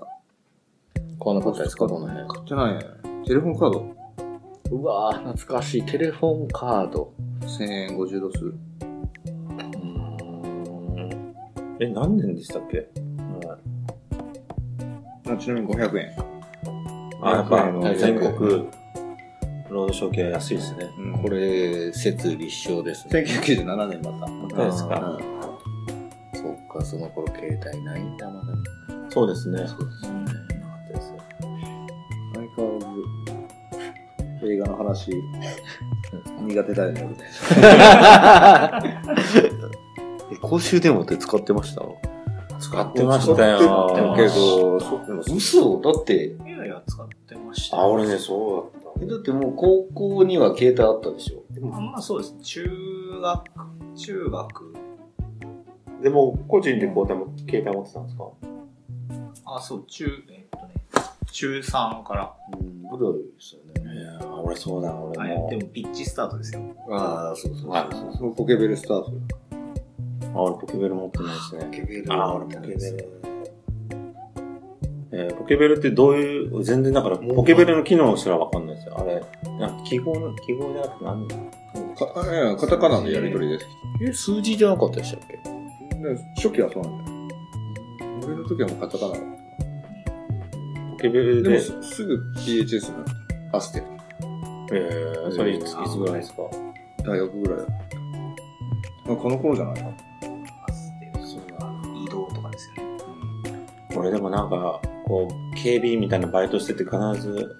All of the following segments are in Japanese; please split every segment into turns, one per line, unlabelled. ー。
買わなかったですかこの辺。
買ってないね。テレフォンカード。
うわー、懐かしい。テレフォンカード。
1000円50ドス。
うんえ、何年でしたっけ
あちなみに500円。
あ、やっぱあ
は
の、
い
全国、ロードショー系は安いですね。
うん、
こ
これ。
れ、設立証ですね。
1997年また。
そうですか。
そっか、その頃携帯ないんだ、まだ。
そうですね。そうですね。
相変わらず、映画の話、苦手だよね。
え、公衆電話って使ってました
使ってました
だ
よ。
けど、そうでも
嘘だって、
いやいや、使ってましたよ。
あ、俺ね、そうだっ
えだってもう高校には携帯あったでしょ
あんまそうですね。中学、中学。
た。でも、個人でこう、でも、携帯持ってたんですか
あ、そう、中、えっとね、中3から。
うん、ぐらいですよね。
いやー俺そうだ、
あ
俺
や
も
で。もピッチスタートですよ。
ああ、そうそう
はい
そう。
そうポケベルスタート。
あ、俺ポケベル持ってないですね。
ケベル
あ、俺ポケベル。えーポケベルってどういう、全然だから、ポケベルの機能すらわかんないですよ。あれ、なんか記号の、記号じゃなくて何
かあいやカタカナのやりとりです。
え、数字じゃなかったでしたっけ
で初期はそうなんだよ。俺の時はもうカタカナだった
ポケベル
でも
で、
すすぐ PHS になった。アステル。
えー、それいつ、いつぐらいですか
大学ぐらいだ。まあ、この頃じゃないかな。
アステルそうだ移動とかですよね。
俺でもなんか、こう、警備員みたいなバイトしてて必ず、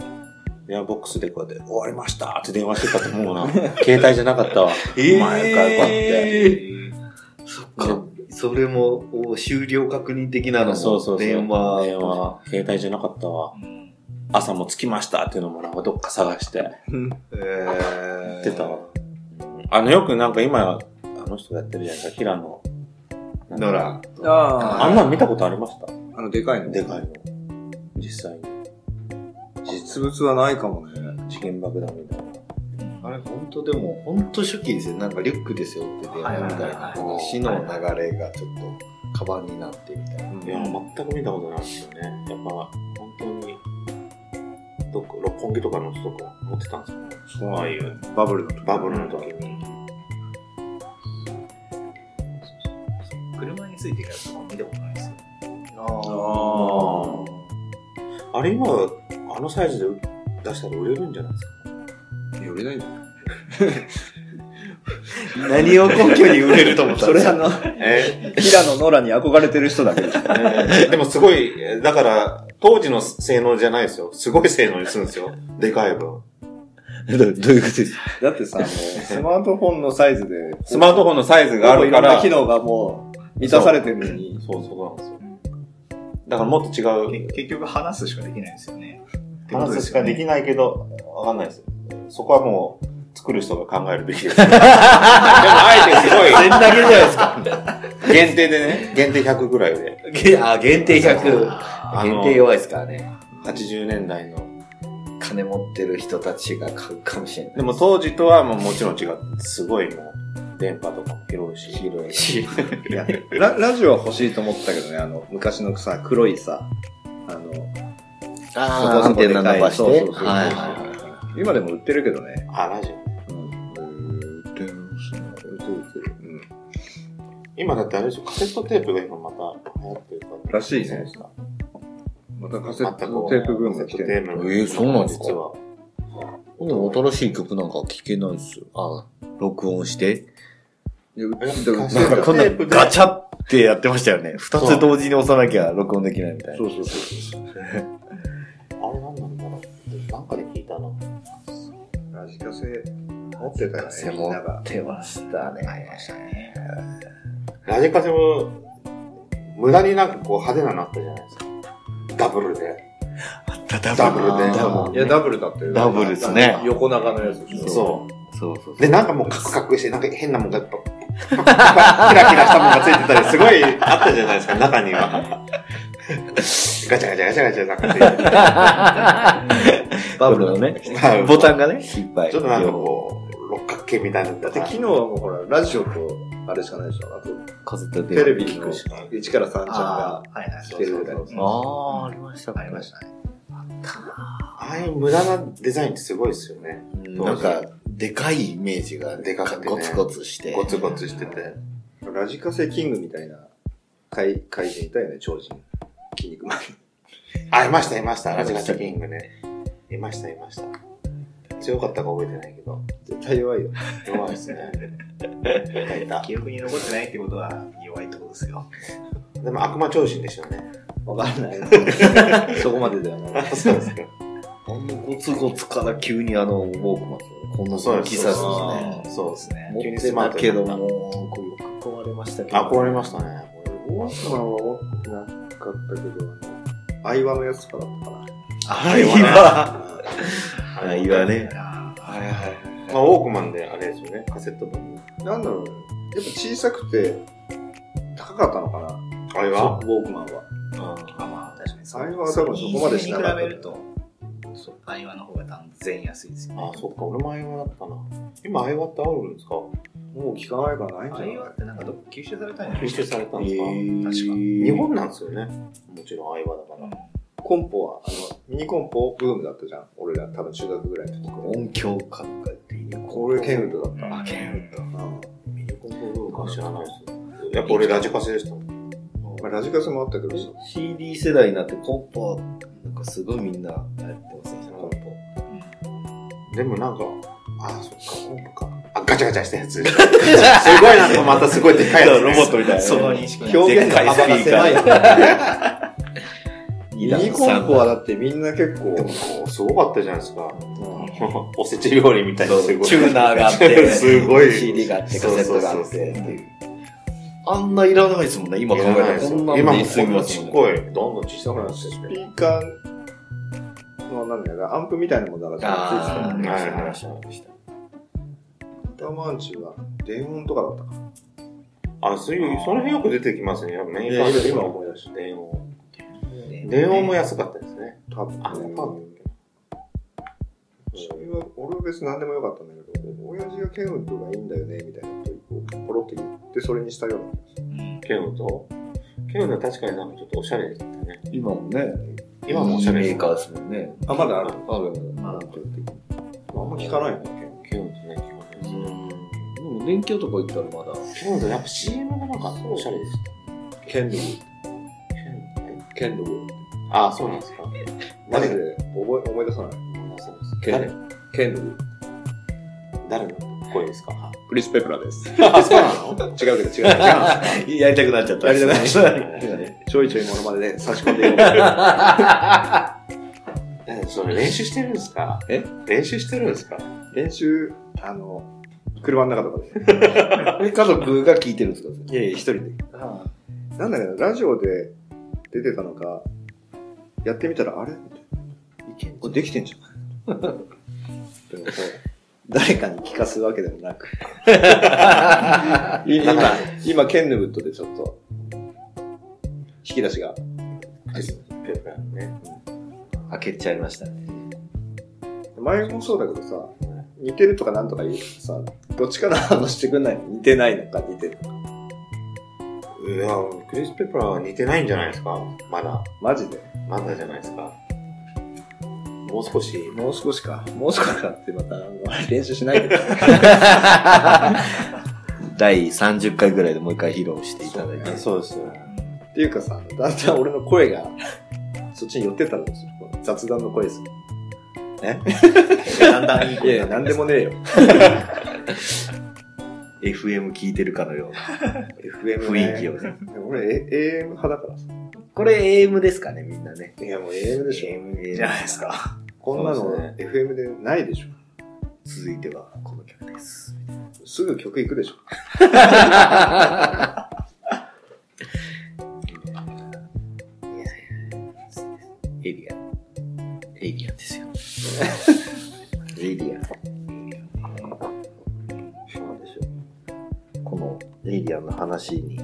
電話ボックスでこうやって、終わりましたって電話してたと思うな。携帯じゃなかったわ。
えー
前からこうやって。
そっか。それも、お終了確認的なのも、
そうそうそう。
電話。
電話。携帯じゃなかったわ。
うん
朝も着きましたっていうのもなんかどっか探して
えー、
出たわ。あの、よくなんか今、あの人がやってるじゃないですか、平野。
ノラ。
あ
あ
んなの見たことありました
あの、でかいの
でかいの。実際に。実
実物はないかもね。
時限爆弾みたいな。
あれ、本当でも、本当初期ですよ。なんかリュックですよってて、みた
はいいはいはい
な。死の流れがちょっと、カバンになってみたいな。
いや、全く見たことないですよね。やっぱ、本当に、どっか、六本木とかの人とか持ってたんですかね。そうああいう、
バブルの時
バブルの時に。
車についてるやつとか見たことないですよ。
ああ。あれ今、あのサイズで出したら売れるんじゃないですか
寄れないんじゃない
何を根拠に売れると思ったんですかそれあ
え
の、平野ノラに憧れてる人だけ ど。
えでもすごい、えだから、当時の性能じゃないですよ。すごい性能にするんですよ。でかい分。
どういうことですかだってさ、 もう、スマートフォンのサイズで、
スマートフォンのサイズがあるか
いろん
ら。
な機能がもう、満たされてるのに。
そうそうなんですよ。だからもっと違う。
け結局話すしかできないですよね。
話すしかでき
い。
ないけど、わかんないです。そこはもう、作る人が考えるべきです。でも、あえてすごい。全だけじゃない ですか。限定でね、限定100ぐらいで。
げあ、限定100。
あ
限
の
定、弱いですからね。
80年代の。
金持ってる人たちが買うかもしれない。
でも当時とはもうもちろん違って、すごいもう、電波とかも広いし。広いし。
ララジオは欲しいと思ったけどね、あの、昔のさ、黒いさ、あの、
あ
そ
ア
こそ
ン
こ
テ
でかい
ナ伸ばして。
そうそうそう
はいはいはい。
今でも売ってるけどね。
あ、ラジオ。
うん。
今だってあれでしょ、カセットテープが今また流行ってるから。
らしいね。またカセットテープブームが来てる。
る
えーそうなんですか
実は。
新しい曲なんか聴けないですよ。あ、録音して。
いやう
え
でも
カセット
こんな
テープで
ガチャってやってましたよね。二つ同時に押さなきゃ録音できないみたい
そ
な。
うそうそう
あれ何なんだろうなんかで聞いたな。
そう。ラジカセ持ってたよね、みん
持
なが
っ。てましたね。
ラジカセも、無駄になんかこう派手なのあったじゃないですか。ダブルで。ダブルで
ダ
いや、ダブルだって。
ダブルですね
横長のやつでし
そ
ょ。
そうそう
う。で、なんかもうカクカクして、なんか変なもんがやっぱ、キラキラしたもんがついてたり、すごいあったじゃないですか、中には。ガチャガチャガチャガチャなんかついてて
バブルのね
はい、
ボタンがね、いっぱい。
ちょっとなんかこう、六角形みたいなのと
だって
か
昨日はもうほら、ラジオと、あれしかないでしょ。あと、
カセットテー
テ
プ
レビ聞くしか、1から3ちゃん
あ
が
あ、はいはい。
来てるぐらい
そうそうそう
ああ、ありました、
ありましたね。
ああいう無駄なデザインってすごいですよね。
うんなんか、でかいイメージが、
でかくてね
ゴツゴツして。
ゴツゴツしてて。
ラジカセキングみたいな怪怪人いたよね、超人。筋肉マン。
あ、いました、いました。ラジガチャキングね。いました、いました。強かったか覚えてないけど。
絶対弱いよ。
弱いですね。いたいた。
記憶に残ってないってことは弱いってことですよ。
でも悪魔超人でした ね。
わかんない。そこまでではない。
そうですか。
あのゴツゴツから急にあの、ウォークマンですよねこんな
そう
大
で
き
す
さです
あ
ね。
あそうですね。
急
持
に
っ
ス
て
マー
た
ト
けど
になった
も、こうよく壊れましたけど。
あ、壊れましたね。
ウォークマンは持ってなかったけど、あの、アイワのやつとかだったかな。
あいわ。あいわね。
ああ
はいはい。
まあ、ウォークマンであれですよね。カセット分。
なんだろうね。やっぱ小さくて、高かったのかな。
あれは
ウォークマンは。
あまあ、確かに
アイワは多分そこまでしなかった
に比べると、そう、アイワの方が断然安いですよね。
あ、そっか。俺もアイワだったな。今、アイワってあるんですか
もう聞かないからないんじ
ア
ゃない
イワってなんかどっか吸収されたんや
吸収されたんですか
確か
日本なんですよね。もちろんアイワだから。
コンポは、あの、ミニコンポブームだったじゃん。俺ら多分中学ぐらいの時。
音響かなんかっていう。
これケンウッドだった。
あ、ケンウッ
ミニコンポブー
知らないです。やっぱ俺ラジカセでしたもん。
まあ、ラジカセもあったけどさ。
CD 世代になってコンポ、なんかすごいみんなやってますね、コン
でもなんか、あ、そっか、コンポか。あ、ガチャガチャしたやつ。すごいなんかまたすごいでかいやつ、ね。ロボットみた
ド。その認識
表現の幅が狭いよね。
ポ。
ミニコンポはだってみんな結構、
すごかったじゃないですか。おせち料理みたいなすごい。
チューナーがあって、
すごい
CD があって、カセットがあってって
そうそう
いう。あんないらないですもんね、今考えたら。こんな
今
の
も
に
こ
済み
ん
ま
な
す
ち
も
っ
んね。
こい。どんどん小さくなって
ス
る。
ピーカーの、なんだよな、アンプみたいなものがついてた
あー
んだ
はい
けど
はい
タマンチュは電音とかだったか
あ、そういう、その辺よく出てきますね。やっぱメーカー
な。今
で
今
も
思い出し
電音。
ね
電音も安かったですね。
た。多分。
あ、そうなんだ
それは俺は別に何でもよかったんだけど、親父がケンウッドがいいんだよね、みたいなことをポロって言って、それにしたような。
ケウと。ケウの確かになんかちょっとおしゃれでしたね。
今もね、
今もおしゃれ
いいメー
です。
カーですもんね。
あ、まだある。
ある
まだこれ
あんま聞かないね。
ケウとね、聞かないです
でも電気屋とか行ったらまだ。
ケウとやっぱ CM がなんかおしゃれでした。
ケンドル。
ケウね
ケンドル。
あ、そうなんですか。
マジで覚え思い出さない。
ケ
誰
ンケンドル。
誰の声ですか
クリス・ペプラです。
あ、そうなの
違うけど違う。
やりたくなっちゃった。
やりたくなっちゃった
た。
ちょいちょいものまでね、差し込んでいこう。
えそれ練習してるんですか
え
練習してるんですか
練習、あの、車の中とかで。
え 家族が聞いてるんですか
いやいや、一人で。なんだけど、ラジオで出てたのか、やってみたら、あれみたいなこれできてんじゃないでもこう誰かに聞かすわけでも なく。今、今、ケンヌブットでちょっと、引き出しが。
ね。
開けちゃいましたね。
前もそうだけどさ、似てるとかなんとか言うけどさ、どっちから話してくんないの似てないのか似てるのか。
いや、クリス・ペプラーは似てないんじゃないですかまだ。
マジで。
まだじゃないですか。もう少し。
もう少しか。もう少しかってまた、あの練習しないで。
第30回ぐらいでもう一回披露していただいて。
そうですよ。
っていうかさ、だんだん俺の声が、そっちに寄ってったんですよ。この雑談の声です。
だんだんいい
い やいや、なんでもねえよ。
FM 聞いてるかのような
FM、ね。
雰囲気をね。
でも俺、え AM 派だからさ。
これ AM ですかね、みんなね。
いや、もう AM でしょ。
AM
じゃないです。か。
こんな
そう
の、
で
FM でないでしょ。
続いてはこの曲です。
すぐ曲行くでしょ。
エイリアン。エイリアンですよ。エイリアン。そうでしょう。このエイリアンの話に、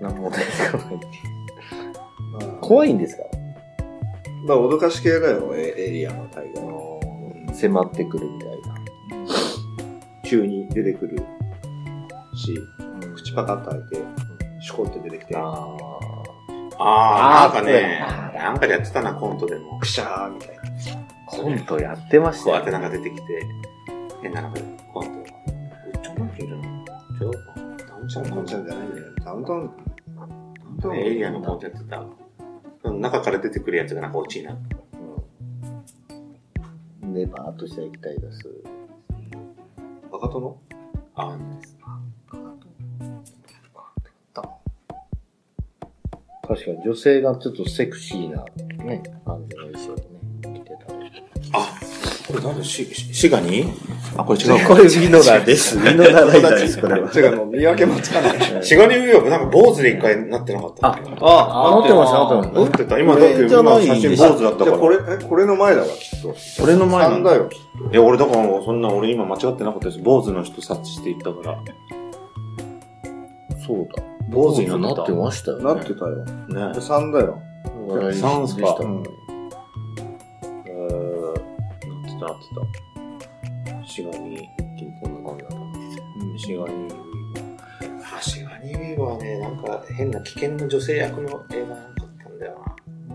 何も出てこない。
まあ、
怖いんですか
まあ、脅かし系だよ、エエリアの大概。
迫ってくるみたいな。
急に出てくるし、口パカッと開いて、シュコって出てきて、
あ
ああ、なんかね
あ、ー
なんかでやってたな、コントでも
ク。シャーみたいな。
あ、コントやってまし
こう
た
やってな
よね。
んか出てきて、変ななんかコント。ちょなんて言うんだろうちょダウン
シ
ち
ャ
ゃ
ン
ん
コ
コ
ン
ン
ち
ち
ゃ
ゃ
ん
ん
じゃないんだよね。ダウンタウン。
ねエイリアンのコントやってた。その中から出てくるやつがなんか落ちいな。
ネバーっとした液体出す。
バカ殿
ああ、なんです
確かに女性がちょっとセクシーな、ね、感じの衣装をね、着てた。
これなんでシシガニあ、これ違う
これミノ ラ です。ミノラライダーです、これは。
てかもう見分けもつかない。
シガニウィーブなんか坊主で一回なってなかったっけ
あ
持ってました、持って
な
ま
っ
して
た。今だって、
じゃ
今
ない
の写真
でしょ
坊主だったか
じゃあ
ら。
これ、え、これの前だわ。
た。これの前
3だよ。
いや、俺だからもうそんな、俺今間違ってなかったです。坊主の人察知していったから。
そうだ。
坊主にな
な
っ
ってて
た。
ましたよね。
なってたよ。
ね。
3だよ。
話題
サン
で
ス
し
か
た
うん。
えー、なってた、なってた。シガニー、金こんな感じだった。シガニー。あ、シガニーウィーバーね、なんか変な危険な女性役の映画なんかあったんだよ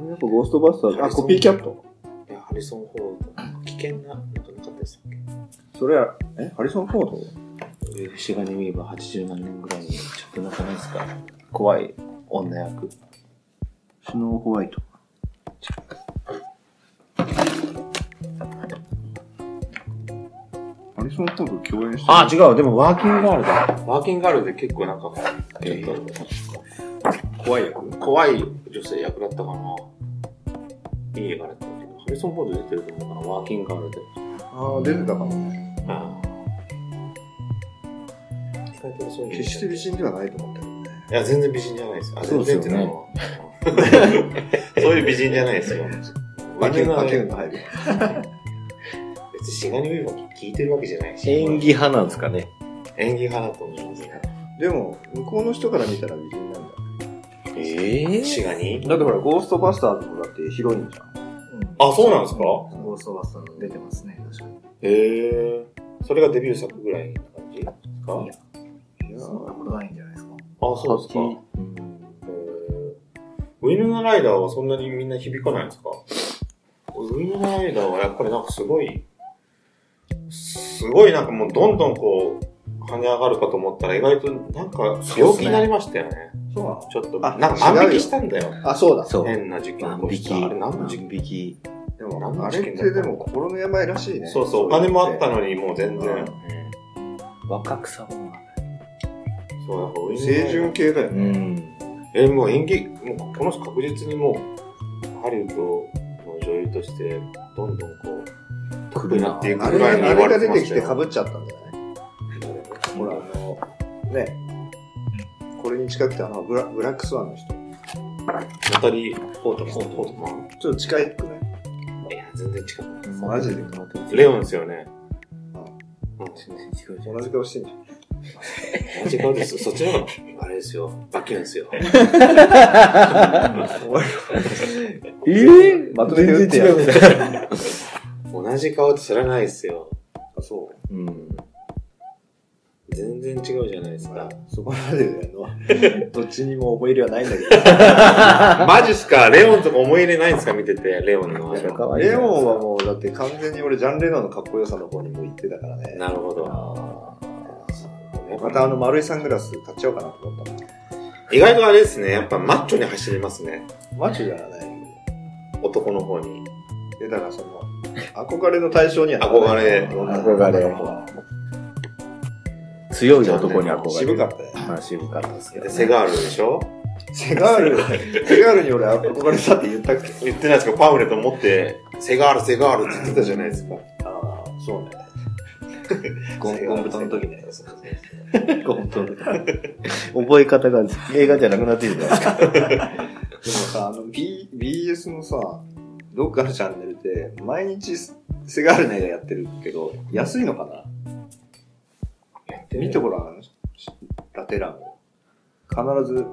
やっぱゴーストバスターズ。あ、コピーキャット。
な。いや、ハリソン・フォード、なんか危険な、なんかなかったでしたっけ
それは、え、ハリソン・フォード
シガニミーバー80何年ぐらいにちょっとなかないですか怖い女役。
スノーホワイト。ハリソン・フォード共演してる
あ、違う。でもワーキングガールだ。ワーキングガールで結構なんか、ちょっ
怖い役
と怖い女性役だったかな。いい映画だったけど、ハリソン・フォード出てると思うかな、ワーキングガールで。
ああ、出てたかも。
意外とそういう
決して美人ではないと思ったけどね。
いや、全然美人じゃないです。あ、
そう
全
です
然
よ
って
ね
いうのはそういう美人じゃないですよ。
バキュン、バキュン
ン。
が入る。
別にシガニウィーバー聞いてるわけじゃないし。
演技派なんですかね。
演技派だと思いますね。
でも、向こうの人から見たら美人なんだ。
ええ
シガニ
だってほら、ゴーストバスターズもだってヒロインじゃん。
あ、そうなんですか
ゴーストバスターズ出てますね、確かに。
へえ。それがデビュー作ぐらいな感じですか
いやそんなことないんじゃないですか。
あ、そうですか。えーウイヌナライダーはそんなにみんな響かないんですかウイヌナライダーはやっぱりなんかすごい、すごいなんかもうどんどんこう、跳ね上がるかと思ったら意外となんか病気になりましたよね。
そうなの
ちょっと、
あ
なんか万引
違うよ
きしたんだよ。
あ、そうだ。
そう。
変な事件
万
起こ
引
し
き。
た。あれ何の
万
事件
引き。
でも
何、の
あれ
事
っ
件だ
てでも心の病らしいね。
そうそう、お金もあった
の。
のにもう全然。
若草も。
そう、やっぱウイヌナライダー
清純系だよ
う
ね。
ん。
えもう演技もうこの人確実にもうハリウッドの女優としてどんどんこう得意になってい
あ
くぐ
れ
らいに
があ
言
れ
わ
が
れて
出
ま
て
し
き
た
て
よ
かぶっちゃったんじゃないほら、あの、ね。これに近くて、あのブラ、ブラックスワンの人。
ナタリー・ポートマンポートマン
ちょっと近いくない
いや全然違う
マジで
レオンですよね
同じ顔してんじゃん。
違う ですそっちの方があれですよバキュンですよ
ええ
まとめて打ってやる
全然違う。
同じ顔って知らないですよ
あ、そう。
うん。
全然違うじゃないです
まあ
か
そこまでやるのは、 どっちにも思い入れはないんだけ
マジっすかレオンとか思い入れないんですか見ててレオンの話
可
ど、
愛いじ
レ
ゃ
オ
ないで
ン
すか
はもう、だって完全に俺、ジャン・レノンのかっこよさの方にも行ってたからね。
なるほど
またあの丸いサングラス買っちゃおうかなと思ったの。
意外とあれですねやっぱマッチョに走りますね
マジでやらない。
男の方に
え、だからその、憧れの対象にはな
憧
らない
れ
憧れ強い男に憧れる。
渋かったよ。
まあ渋かったですけど、
で
ね。
セガールでしょ
セガール、セガールに俺憧れたって言ったっけ
言ってないですかパンフレット持って、セガール、セガ ールって言ってたじゃないですか。
ああ、そうね。
ゴン、ゴンブトの時ね。
本当 だ覚え方が映画じゃなくなってるじゃないですか。
でもさ、あの、B、BS のさ、どっかのチャンネルで、毎日セガールの映画やってるけど、安いのかな見てごらん、ラテランを。必ず、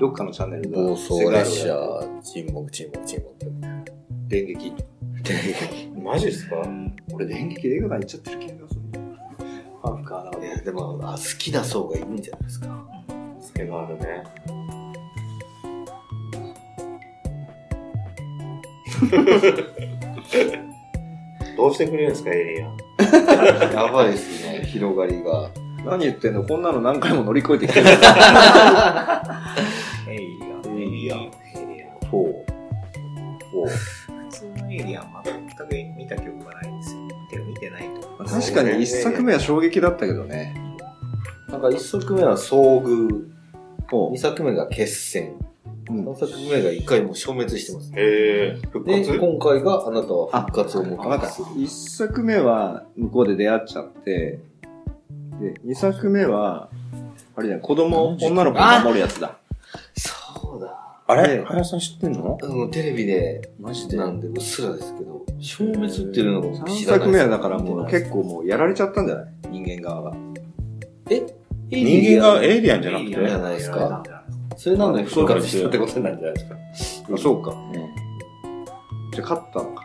どっかのチャンネルが、
暴走列車
セガールをやっ、
沈黙、沈黙、沈黙。
てる電撃。
マジですか
俺、電撃映画館行っちゃってる気がする。ハーフかな。
いや、でも、あ好きな層がいるんじゃないですか。
セガール ね。どうしてくれるんですか、エイリアン。
やばいですね、広がりが。
何言ってんのこんなの何回も乗り越えて きてる。
エイリアン。
エイリアン
エイリアン。
ほ
普通のエイリアンは全く見た記憶がないんですよ。てか見てないと思う。
確かに一作目は衝撃だったけどね。
う。なんか一作目は遭遇。二作目が決戦。
うん
三作目が一回もう消滅してます。
えー、復
で、
活
今回があなたは復活
あ
を
わ
迎え
か
ま
っ
す
た。一作目は向こうで出会っちゃって、で、二作目は、あれだよ、子供、女の子を守るやつだ。
そうだ。
あれ
さん知ってんの
うん、テレビで、
マジで
なんでうっすらですけど、消滅っていうのが僕
三
知らないです。
作目はだからもう結構もうやられちゃったんじゃない人間側が。
人間がエイリアンじゃなく
い
て
エイリアンじゃないですか
やられたんじゃないですか
それなのに復活したってことになるんじゃないですか。
あ、そうか。じゃあ勝ったのか。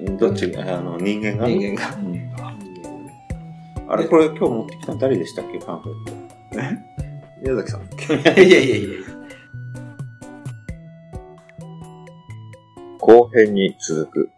うんどっちが、あの、人間が
人間が。
あれ、これ今日持ってきたの誰でしたっけ、パンフレット。
宮崎さん。
いやいやいや。
後編に続く。